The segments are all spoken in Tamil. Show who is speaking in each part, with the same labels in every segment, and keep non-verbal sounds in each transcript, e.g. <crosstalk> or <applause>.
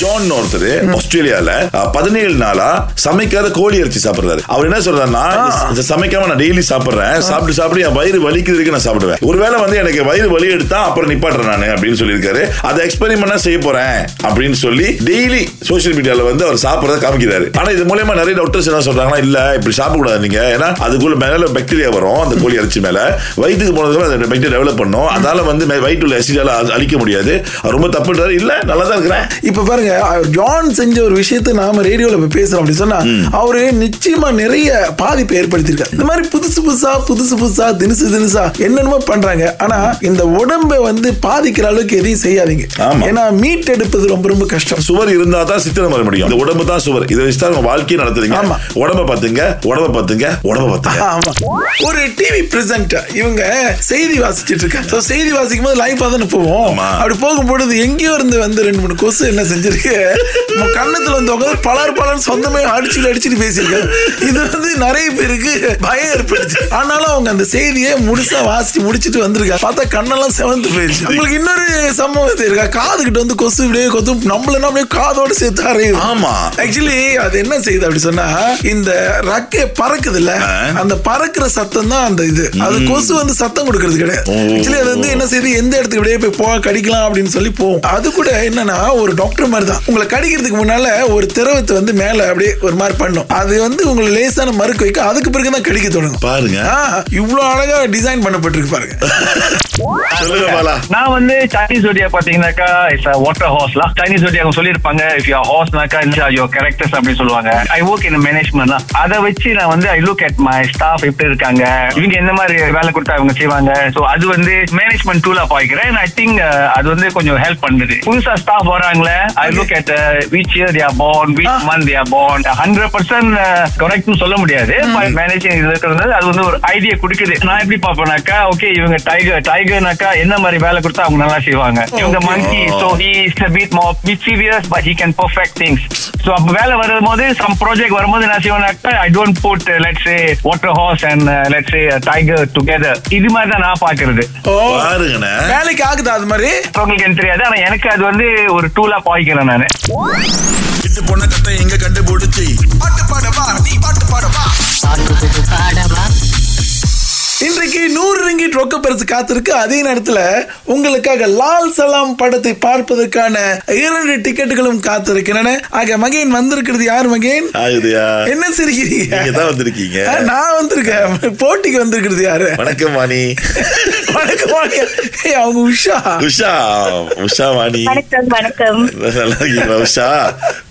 Speaker 1: ஜோன் ஒருத்தர் ஆஸ்திரேலியால அஹ், பதினேழு நாளா சமைக்காத கோழி இறைச்சி சாப்பிடுறாரு அவர் என்ன சொல்றாருன்னா "இது சமைக்காம நான் டெய்லி சாப்பிடுறேன் சாப்பிட்டு சாப்பிட்டு என் வயிறு வலிக்கிறதுக்கு நான் சாப்பிடுவேன் ஒருவேளை வந்து எனக்கு வயிறு வலி எடுத்தா அப்புறம் நிப்பாட்டுறேன் நான் அப்படின்னு சொல்லியிருக்காரு அதை எக்ஸ்பெரிமெண்டா செய்ய போறேன் அப்படின்னு சொல்லி டெய்லி சோஷியல் மீடியால வந்து அவர் சாப்பிடுறத காமிக்கிறாரு ஆனா இது மூலயமா நிறைய டாக்டர்ஸ் என்ன சொல்றாங்கன்னா இல்ல இப்படி சாப்பிடக்கூடாது நீங்க ஏன்னா அதுக்குள்ள மேல பாக்டீரியா வரும் அந்த கோழி இறைச்சி மேல வயிற்றுக்கு போனதுக்கு அந்த பாக்டீரியா டெவலப் பண்ணும் அதால வந்து மே- வயிற்றுல உள்ள அசிடால அழிக்க முடியாது அவர் ரொம்ப தப்புன்றாரு இல்ல நல்லா தான் இருக்கிறேன்
Speaker 2: இப்ப பாருங்க அவர் ஜான் செஞ்ச ஒரு விஷயத்தை நாம ரேடியோல இப்ப பேசுறோம் அப்படின்னு சொன்னா அவரு நிச்சயமா நிறைய பாதிப்பை ஏற்படுத்தியிருக்காரு இந்த மாதிரி புதுசு புதுசா புதுசு புதுசா தினுசு தினுசா என்னென்னமோ பண்றாங்க ஆனா இந்த உடம்பை வந்து பாதிக்கிற அளவுக்கு எதையும் செய்யாதீங்க
Speaker 1: ஆமா.
Speaker 2: ஏன்னா மீட் எடுப்பது ரொம்ப ரொம்ப கஷ்டம்
Speaker 1: சுவர் இருந்தா தான் சித்திரம் வர முடியும் இந்த உடம்பு தான் சுவர் இதை வச்சு தான் உங்க வாழ்க்கையை நடத்துறீங்க
Speaker 2: ஆமா.
Speaker 1: உடம்ப பாத்துங்க உடம்ப பாத்துங்க உடம்ப பாத்துங்க
Speaker 2: ஆமா ஒரு டிவி பிரசன்டர் இவங்க செய்தி வாசிச்சிட்டு இருக்காங்க So, செய்தி வாசிக்கும் போது லைஃபா தானே போவோம்
Speaker 1: ஆமா.
Speaker 2: அப்படி போகும்பொழுது எங்கேயோ இருந்து வந்து ரெண்டு மூணு கொசு என்ன செஞ்சிருக்கு நம்ம கண்ணத்துல வந்து உட்காந்து பலர் பலர் சொந்தமே அடிச்சுட்டு அடிச்சுட்டு பேசியிருக்காங்க இது வந்து நிறைய பேருக்கு பயம் ஏற்படுச்சு ஆனாலும் அவங்க அந்த செய்தியை முழுசா வாசிச்சு முடிச்சிட்டு வந்திருக்காங்க பார்த்தா கண்ணெல்லாம் செவந்து போயிடுச்சு உங்களுக்கு இன்னொரு சம்பவம் இருக்கா காதுகிட்ட வந்து கொசு இப்படியே கொத்தும் நம்மள என்ன அப்படியே காதோட சேர்த்து அறையும்
Speaker 1: ஆமா
Speaker 2: ஆக்சுவலி அது என்ன செய்யுது அப்படி சொன்னா இந்த ரக்கை பறக்குது இல்ல
Speaker 1: ஆ.
Speaker 2: அந்த பறக்குற சத்தம் தான் அந்த இது அது கொசு வந்து சத்தம் கொடுக்கறது கிடையாது
Speaker 1: ஓ.
Speaker 2: ஆக்சுவலி அது வந்து என்ன செய்யுது எந்த இடத்துக்கு அப்படியே போய் போ கடிக்கலாம் அப்படின்னு சொல்லி போகும் அது கூட என்னன்னா ஒரு டாக்டர் மாதிரி தான் உங்களை கடிக்கிறதுக்கு முன்னால ஒரு திரவத்தை வந்து மேல அப்படியே ஒரு மாதிரி பண்ணும் அது வந்து உங்களை லேசான மறுக்க வைக்க அதுக்கு பிறகு தான் கடிக்க தொடங்கும்
Speaker 1: பாருங்க
Speaker 2: ஆ, இவ்வளவு அழகா டிசைன் பண்ணப்பட்டிருக்கு பாருங்க
Speaker 1: சொல்லுங்க பாலா
Speaker 3: நான் வந்து சைனீஸ் ஒடியா பாத்தீங்கன்னாக்கா இட்ஸ் வாட்டர் ஹார்ஸ்லாம் சைனீஸ் ஒடியா சொல்லியிருப்பாங்க இஃப் யூ ஹார்ஸ்னாக்கா இல்ல யோ கேரக்டர்ஸ் அப்படின்னு சொல்லுவாங்க ஐ ஒர்க் இன் மேனேஜ்மெண்ட் தான் அதை வச்சு நான் வந்து I look at my staff எப்படி இருக்காங்க இவங்க என்ன மாதிரி வேலை கொடுத்தா இவங்க செய்வாங்க ஸோ அது வந்து மேனேஜ்மெண்ட் டூலா பாய்க்கிறேன் ஐ திங்க் uh, அது வந்து கொஞ்சம் ஹெல்ப் பண்ணுது புதுசா ஸ்டாஃப் வராங்களே I look at which year they're பாண்ட்
Speaker 2: Ah.
Speaker 3: விச் மந்த் தியா பாண்ட் ஹண்ட்ரட் பர்சன்ட் கரெக்ட்னு uh, சொல்ல முடியாது மேனேஜிங் இருக்கிறது அது வந்து ஒரு ஐடியா கொடுக்குது நான் எப்படி பாப்பேனாக்கா ஓகே இவங்க டைகர் டைகர்னாக்கா என்ன மாதிரி வேலை கொடுத்தா அவங்க நல்லா செய்வாங்க இவங்க
Speaker 2: Okay.
Speaker 3: Monkey so he is bit more bit severe but he can perfect things so அப்போ வேலை வரும்போது சம் ப்ராஜெக்ட் வரும்போது நான் செய்வேனாக்கா I don't put let's water horse and let's tiger together இது மாதிரி தான் நான் பாக்குறது
Speaker 2: ஓ
Speaker 1: பாருங்கண்ணே
Speaker 2: வேலைக்கு ஆகுதா அது மாதிரி
Speaker 3: உங்களுக்கு எனக்கு தெரியாது ஆனா எனக்கு அது வந்து ஒரு டூலா பாய்க்கிறேன் நான்
Speaker 4: விட்டு பொண்ண கத்தை எங்க கண்டுபிடிச்சி பாட்டு பாடவா நீ பாட்டு பாடவா
Speaker 2: இன்றைக்கு நூறு ரிங்கிட் ரொக்க பரிசு காத்திருக்கு அதே நேரத்துல உங்களுக்காக லால் சலாம் படத்தை பார்ப்பதற்கான இரண்டு டிக்கெட்டுகளும் காத்திருக்கின்றன ஆக மகேன் வந்திருக்கிறது யார் மகேன்
Speaker 1: ஆகுதியா
Speaker 2: என்ன சிரிக்கிறீங்க
Speaker 1: நீங்க தான் வந்திருக்கீங்க
Speaker 2: ஆ, நான் வந்திருக்கேன் போட்டிக்கு வந்திருக்கிறது யாரு
Speaker 1: வணக்கம் வாணி
Speaker 2: வணக்கம் வாங்க. ஏய், அவங்க உஷா
Speaker 1: உஷா உஷா வாணி
Speaker 5: வணக்கம் வணக்கம்
Speaker 1: நல்லா இருக்கீங்களா உஷா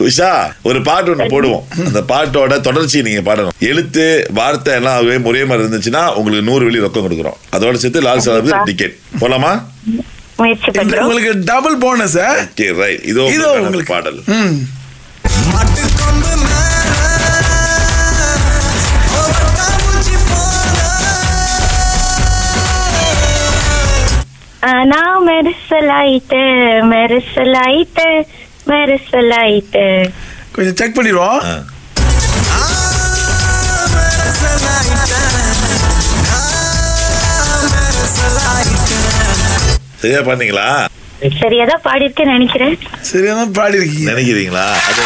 Speaker 1: உஷா ஒரு பாட்டு ஒண்ணு போடுவோம் அந்த பாட்டோட தொடர்ச்சி நீங்க பாடணும் எழுத்து வார்த்தை எல்லாம் அதுவே ஒரே மாதிரி இருந்துச்சுன்னா உங்களுக்கு நூறு வெளி ரொக்கம் கொடுக்குறோம் அதோட சேர்த்து லால் சார் டிக்கெட் போலாமா
Speaker 5: முயற்சி
Speaker 2: இந்த
Speaker 5: பண்றோம்
Speaker 2: உங்களுக்கு டபுள் போனஸ்
Speaker 1: ஓகே ரைட் இதோ
Speaker 2: இதோ
Speaker 1: உங்களுக்கான
Speaker 2: உங்களுக்கு.
Speaker 1: பாடல்
Speaker 2: ம்
Speaker 4: மாட்டு கொண்டு
Speaker 5: ஆனா மெரிசலாயிட்டு மெரிசலாயிட்டு மெரிசலாயிட்டு
Speaker 2: கொஞ்சம் செக் பண்ணிடுவோம்
Speaker 1: ஆ. சரியா பண்ணீங்களா
Speaker 5: சரியாதான் பாடியிருக்கேன்னு நினைக்கிறேன்
Speaker 2: சரியா தான் பாடி இருக்கீங்க
Speaker 1: நினைக்கிறீங்களா அது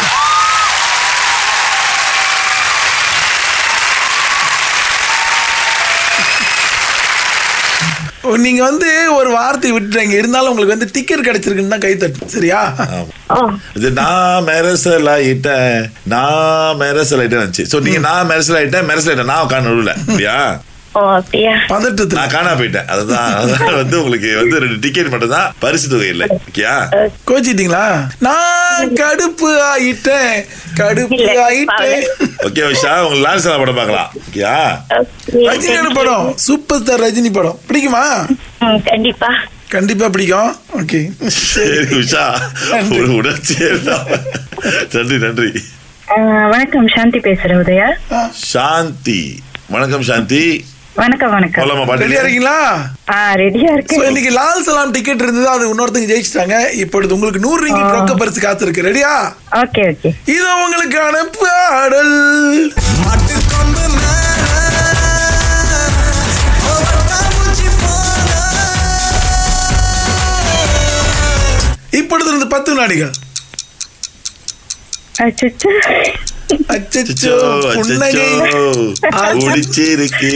Speaker 2: ஓ, நீங்க வந்து ஒரு வார்த்தை விட்டுட்டீங்க இருந்தாலும் உங்களுக்கு வந்து டிக்கெட் கிடைச்சிருக்குன்னு தான் கை தட்டும் சரியா
Speaker 5: ஓ
Speaker 1: இது நான் மெரசல் ஆயிட்டேன் நான் மெரசல் ஆயிட்டேன் வந்துச்சு ஸோ நீங்க நான் மெரசல் ஆயிட்டேன் மெரசல் ஆயிட்டேன் நான் உட்காந்து நடுவில் இல்லையா
Speaker 5: ஓ அப்படியா
Speaker 2: பதட்டத்துல
Speaker 1: நான் காணா போயிட்டேன் அதுதான் அதுதான் வந்து உங்களுக்கு வந்து ரெண்டு டிக்கெட் மட்டும் தான் பரிசு தொகை இல்லை ஓகேயா
Speaker 2: கோச்சிட்டீங்களா நான் கடுப்பு ஆயிட்டேன் கடுப்பு
Speaker 5: இல்ல,
Speaker 2: ஆயிட்டேன்
Speaker 1: ஓகே உஷா உங்க லால் சார் படம் பார்க்கலாம் ஓகேயா
Speaker 5: Okay,
Speaker 2: ரஜினியோட
Speaker 5: thank you.
Speaker 2: படம் சூப்பர் ஸ்டார் ரஜினி படம் பிடிக்குமா
Speaker 5: ம், கண்டிப்பா
Speaker 2: கண்டிப்பா பிடிக்கும் ஓகே
Speaker 1: சரி உஷா ஒரு உணர்ச்சியே இல்லாம. நன்றி நன்றி
Speaker 6: வணக்கம் சாந்தி பேசுறேன் உதயா
Speaker 1: சாந்தி வணக்கம் சாந்தி
Speaker 6: வணக்கம் வணக்கம்
Speaker 1: போலாமா பாட்டு
Speaker 2: ரெடியா இருக்கீங்களா
Speaker 6: ஆ ரெடியா <laughs>
Speaker 2: So,
Speaker 6: இருக்கேன்
Speaker 2: இன்னைக்கு லால் சலாம் டிக்கெட் இருந்தது அது இன்னொருத்தங்க ஜெயிச்சிட்டாங்க இப்பொழுது உங்களுக்கு நூறு ரிங்கிட் ரொக்க பரிசு காத்திருக்கு ரெடியா
Speaker 6: ஓகே ஓகே
Speaker 2: இது உங்களுக்கான பாடல்
Speaker 4: மாட்டு கொண்டு
Speaker 2: இப்பொழுது இருந்து பத்து வினாடிகள்
Speaker 6: அச்சச்சோ.
Speaker 2: அச்சச்சோ
Speaker 1: அச்சோ,
Speaker 2: புன்னகை
Speaker 1: அச்சச்சோ, பிடிச்சிருக்கு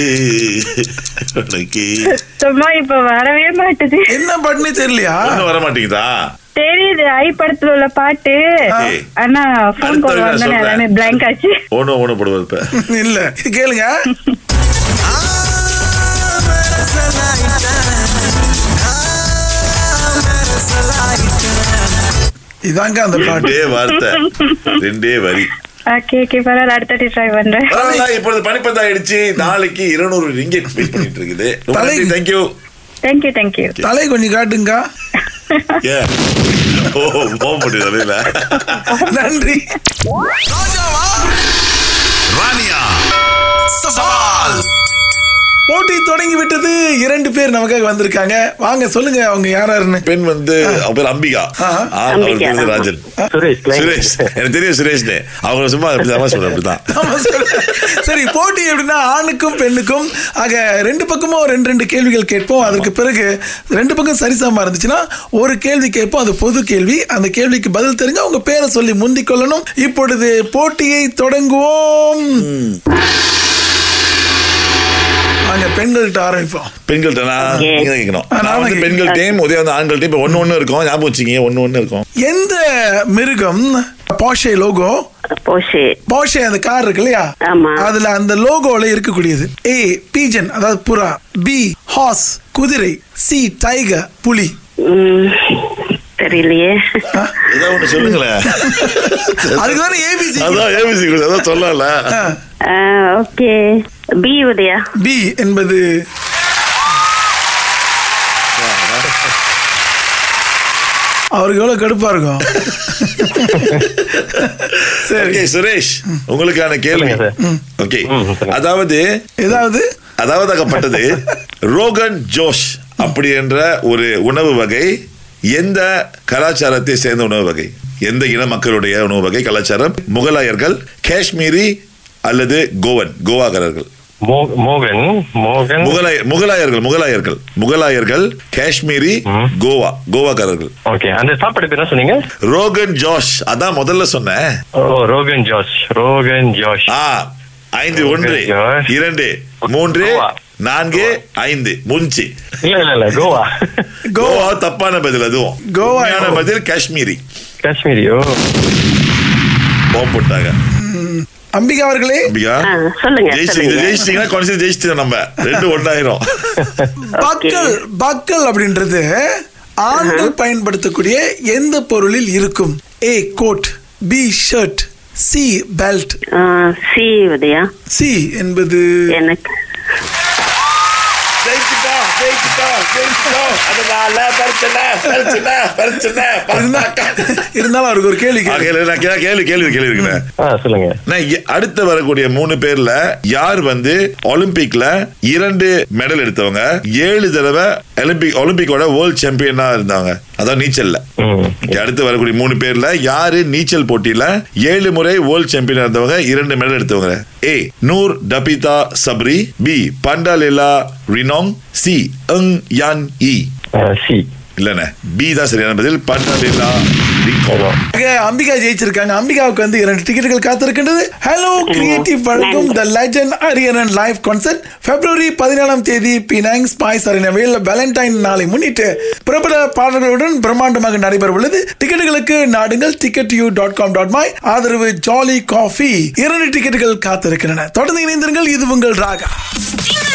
Speaker 1: உனக்கு.
Speaker 6: சுத்தமா இப்ப வரவே மாட்டுது
Speaker 2: என்ன பண்ணே தெரியலையா
Speaker 1: ஒண்ணும் வர மாட்டேங்குதா
Speaker 6: தெரியுது ஐ படத்துல உள்ள பாட்டு
Speaker 1: சரி.
Speaker 6: ஆனா போன்
Speaker 1: அடுத்த நான்
Speaker 6: கால் வந்தோடனே
Speaker 1: சொல்றேன்.
Speaker 6: எல்லாமே பிளாங்க் ஆச்சு
Speaker 1: ஒண்ணு ஒண்ணு போடுவது இப்ப
Speaker 2: இல்ல இது கேளுங்க இதாங்க அந்த பாட்டு
Speaker 1: ரெண்டே வார்த்தை ரெண்டே வரி
Speaker 6: ஓகே ஓகே பரவாயில்ல அடுத்த வாட்டி ட்ரை பண்றேன்
Speaker 1: பரவாயில்ல, இப்பொழுது பனிப்பந்தா ஆயிடுச்சு நாளைக்கு இருநூறு ரிங்கெட் வெயிட் பண்ணிட்டு இருக்குது ரொம்ப நன்றி,
Speaker 2: தலை-
Speaker 1: thank you.
Speaker 6: தேங்க்யூ தேங்க்யூ
Speaker 2: தலை கொஞ்சம் காட்டுங்க
Speaker 1: Yeah. ஓ ஓ பண்ணிடுறது இல்ல
Speaker 2: <laughs> நன்றி
Speaker 4: ராணியா சவால்
Speaker 2: போட்டி தொடங்கி விட்டது இரண்டு பேர் நமக்காக வந்திருக்காங்க வாங்க சொல்லுங்க அவங்க யார் யாருன்னு
Speaker 1: பெண் வந்து அவ பேர் அம்பிகா
Speaker 2: ஆ.
Speaker 1: ஆ, அவர்
Speaker 5: அம்பிகா,
Speaker 1: பேரு
Speaker 5: ஆமா.
Speaker 1: ராஜன்
Speaker 7: சுரேஷ்
Speaker 1: சுரேஷ் எனக்கு தெரியும் சுரேஷ்னு அவங்க சும்மா அப்படிதான் சொல்றேன் அப்படிதான்
Speaker 2: ஆமா, சொல்லு. சரி போட்டி எப்படின்னா ஆணுக்கும் பெண்ணுக்கும் ஆக ரெண்டு பக்கமும் ரெண்டு ரெண்டு கேள்விகள் கேட்போம் அதற்கு பிறகு ரெண்டு பக்கம் சரிசமமா இருந்துச்சுன்னா ஒரு கேள்வி கேட்போம் அது பொது கேள்வி அந்த கேள்விக்கு பதில் தெரிஞ்சு உங்க பேரை சொல்லி முந்திக் கொள்ளணும் இப்பொழுது போட்டியை தொடங்குவோம் வாங்க பெண்கள்கிட்ட ஆரம்பிப்போம்
Speaker 1: பெண்கள் தானா
Speaker 5: Okay.
Speaker 1: நீங்க தான் கேட்கணும்
Speaker 2: ஆ,
Speaker 1: நான்
Speaker 2: நானும்
Speaker 1: வந்து
Speaker 2: கேட்கிறேன்.
Speaker 1: பெண்கள் டீம் உதய வந்து ஆண்கள் டீம் ஒன்னு ஒன்னு இருக்கும் ஞாபகம் வச்சுக்கீங்க ஒன்னு ஒன்னு இருக்கும்
Speaker 2: எந்த மிருகம் பாஷே லோகோ
Speaker 5: போஷே
Speaker 2: பாஷே அந்த கார் இருக்கு இல்லையா
Speaker 5: ஆமா.
Speaker 2: அதுல அந்த லோகோல இருக்கக்கூடியது ஏ பீஜன் அதாவது புறா பி ஹார்ஸ் குதிரை சி டைகர் புலி
Speaker 5: ம், தெரியலையே <laughs>
Speaker 1: ஏதாவது ஒண்ணு சொல்லுங்களேன்
Speaker 2: அதுக்கு தானே ஏபிசி
Speaker 1: அதான் ஏபிசி அதான் சொல்லல
Speaker 5: ஓகே பி உதயா
Speaker 2: பி என்பது அவருக்கு எவ்வளவு கடுப்பா இருக்கும்
Speaker 1: ஓகே சுரேஷ் உங்களுக்கான கேள்வி
Speaker 7: சொல்லுங்க,
Speaker 1: ஓகே
Speaker 7: ம், சொல்லுங்க.
Speaker 1: அதாவது
Speaker 2: ஏதாவது
Speaker 1: அதாவதாகப்பட்டது ரோகன் ஜோஷ் அப்படி என்ற ஒரு உணவு வகை எந்த கலாச்சாரத்தை சேர்ந்த உணவு வகை எந்த இன மக்களுடைய உணவு வகை கலாச்சாரம் முகலாயர்கள் காஷ்மீரி அல்லது கோவன் கோவாக்காரர்கள்
Speaker 7: மோ- மோகன் மோகன்
Speaker 1: முகலாய முகலாயர்கள் முகலாயர்கள் முகலாயர்கள் காஷ்மீரி
Speaker 7: ம்.
Speaker 1: கோவா கோவாக்காரர்கள்
Speaker 7: ஓகே அந்த சாப்பாடு பேர் என்ன சொன்னீங்க
Speaker 1: ரோகன் ஜோஷ் அதான் முதல்ல சொன்னேன்
Speaker 7: ஓ
Speaker 3: 어,
Speaker 7: ரோகன் ஜார்ஜ் ரோகன் ஜார்ஜ்
Speaker 1: ஆ ஐந்து
Speaker 7: ரோகன்
Speaker 1: ஒன்று
Speaker 7: ஜோஷ்.
Speaker 1: இரண்டு மூன்று
Speaker 7: கோவா.
Speaker 1: நான்கு ஐந்து முஞ்சி
Speaker 3: 예,
Speaker 7: இல்ல இல்ல இல்ல கோவா
Speaker 1: கோவா தப்பான பதில் அதுவும்
Speaker 2: கோவா.
Speaker 1: உண்மையான பதில் காஷ்மீரி
Speaker 7: காஷ்மீரி ஓ
Speaker 1: பாம்பு போட்டாங்க
Speaker 2: அம்பிகா அவர்களே
Speaker 1: அம்பிகா
Speaker 5: ஆ, சொல்லுங்க,
Speaker 1: ஜெயிச்சிங்க
Speaker 5: சொல்லுங்க.
Speaker 1: ஜெயிச்சிங்கன்னா கொஞ்சம் ஜெயிச்சிட்டோம் நம்ம ரெண்டு ஒன்றாயிரும்
Speaker 2: பக்கல் பக்கல் அப்படின்றது ஆண்கள் பயன்படுத்தக்கூடிய எந்த பொருளில் இருக்கும் A coat B shirt C belt
Speaker 5: C Udaya
Speaker 2: C என்பது
Speaker 5: எனக்கு
Speaker 1: ஜெயிச்சிட்டோம் ஜெயிச்சிட்டோம் ஜெயிச்சிட்டோம் அதனால பிரச்சனை பிரச்சனை பிரச்சனை
Speaker 2: இருந்தா-
Speaker 1: <laughs>
Speaker 2: இருந்தாலும் அவருக்கு ஒரு கேள்வி கேளு.
Speaker 1: ஆகையில நான் கே- கேள்வி கேள்வி கேள்வி இருக்கிறேன்
Speaker 7: ஆ சொல்லுங்க
Speaker 1: நான் இ- அடுத்து வரக்கூடிய மூணு பேர்ல யார் வந்து ஒலிம்பிக்ல இரண்டு மெடல் எடுத்தவங்க ஏழு தடவை ஒலிம்பிக் ஒலிம்பிக்கோட வேர்ல்ட் சாம்பியனா இருந்தாங்க அதான் நீச்சல்ல
Speaker 7: ம்.
Speaker 1: இங்க அடுத்து வரக்கூடிய மூணு பேர்ல யாரு நீச்சல் போட்டியில ஏழு முறை வேர்ல்ட் சாம்பியனா இருந்தவங்க இரண்டு மெடல் எடுத்தவங்க A Nur Dhabitah Sabri B Pandelela ரினோங் C எங் யான் இ
Speaker 7: ஆ, சி
Speaker 1: இல்லனே பி தான் சரியான பதில் பண்டாலிலா ரிங்கோங்
Speaker 2: ஆக அம்பிகா ஜெயிச்சிருக்காங்க அம்பிகாவுக்கு வந்து இரண்டு டிக்கெட்டுகள் காத்திருக்கின்றது ஹலோ கிரியேட்டிவ் வழங்கும் the legend Hariharan live concert February பதினேழாம் தேதி பினாங் ஸ்பாய்ஸ் அரியனவையில் வேலண்டைன் நாளை முன்னிட்டு பிரபல பாடல்களுடன் பிரம்மாண்டமாக நடைபெற உள்ளது டிக்கெட்டுகளுக்கு நாடுங்கள் ticket U dot com dot my ஆதரவு ஜாலி காஃபி இரண்டு டிக்கெட்டுகள் காத்திருக்கின்றன தொடர்ந்து இணைந்திருங்கள் இது உங்கள் ராகா
Speaker 8: திங்கள்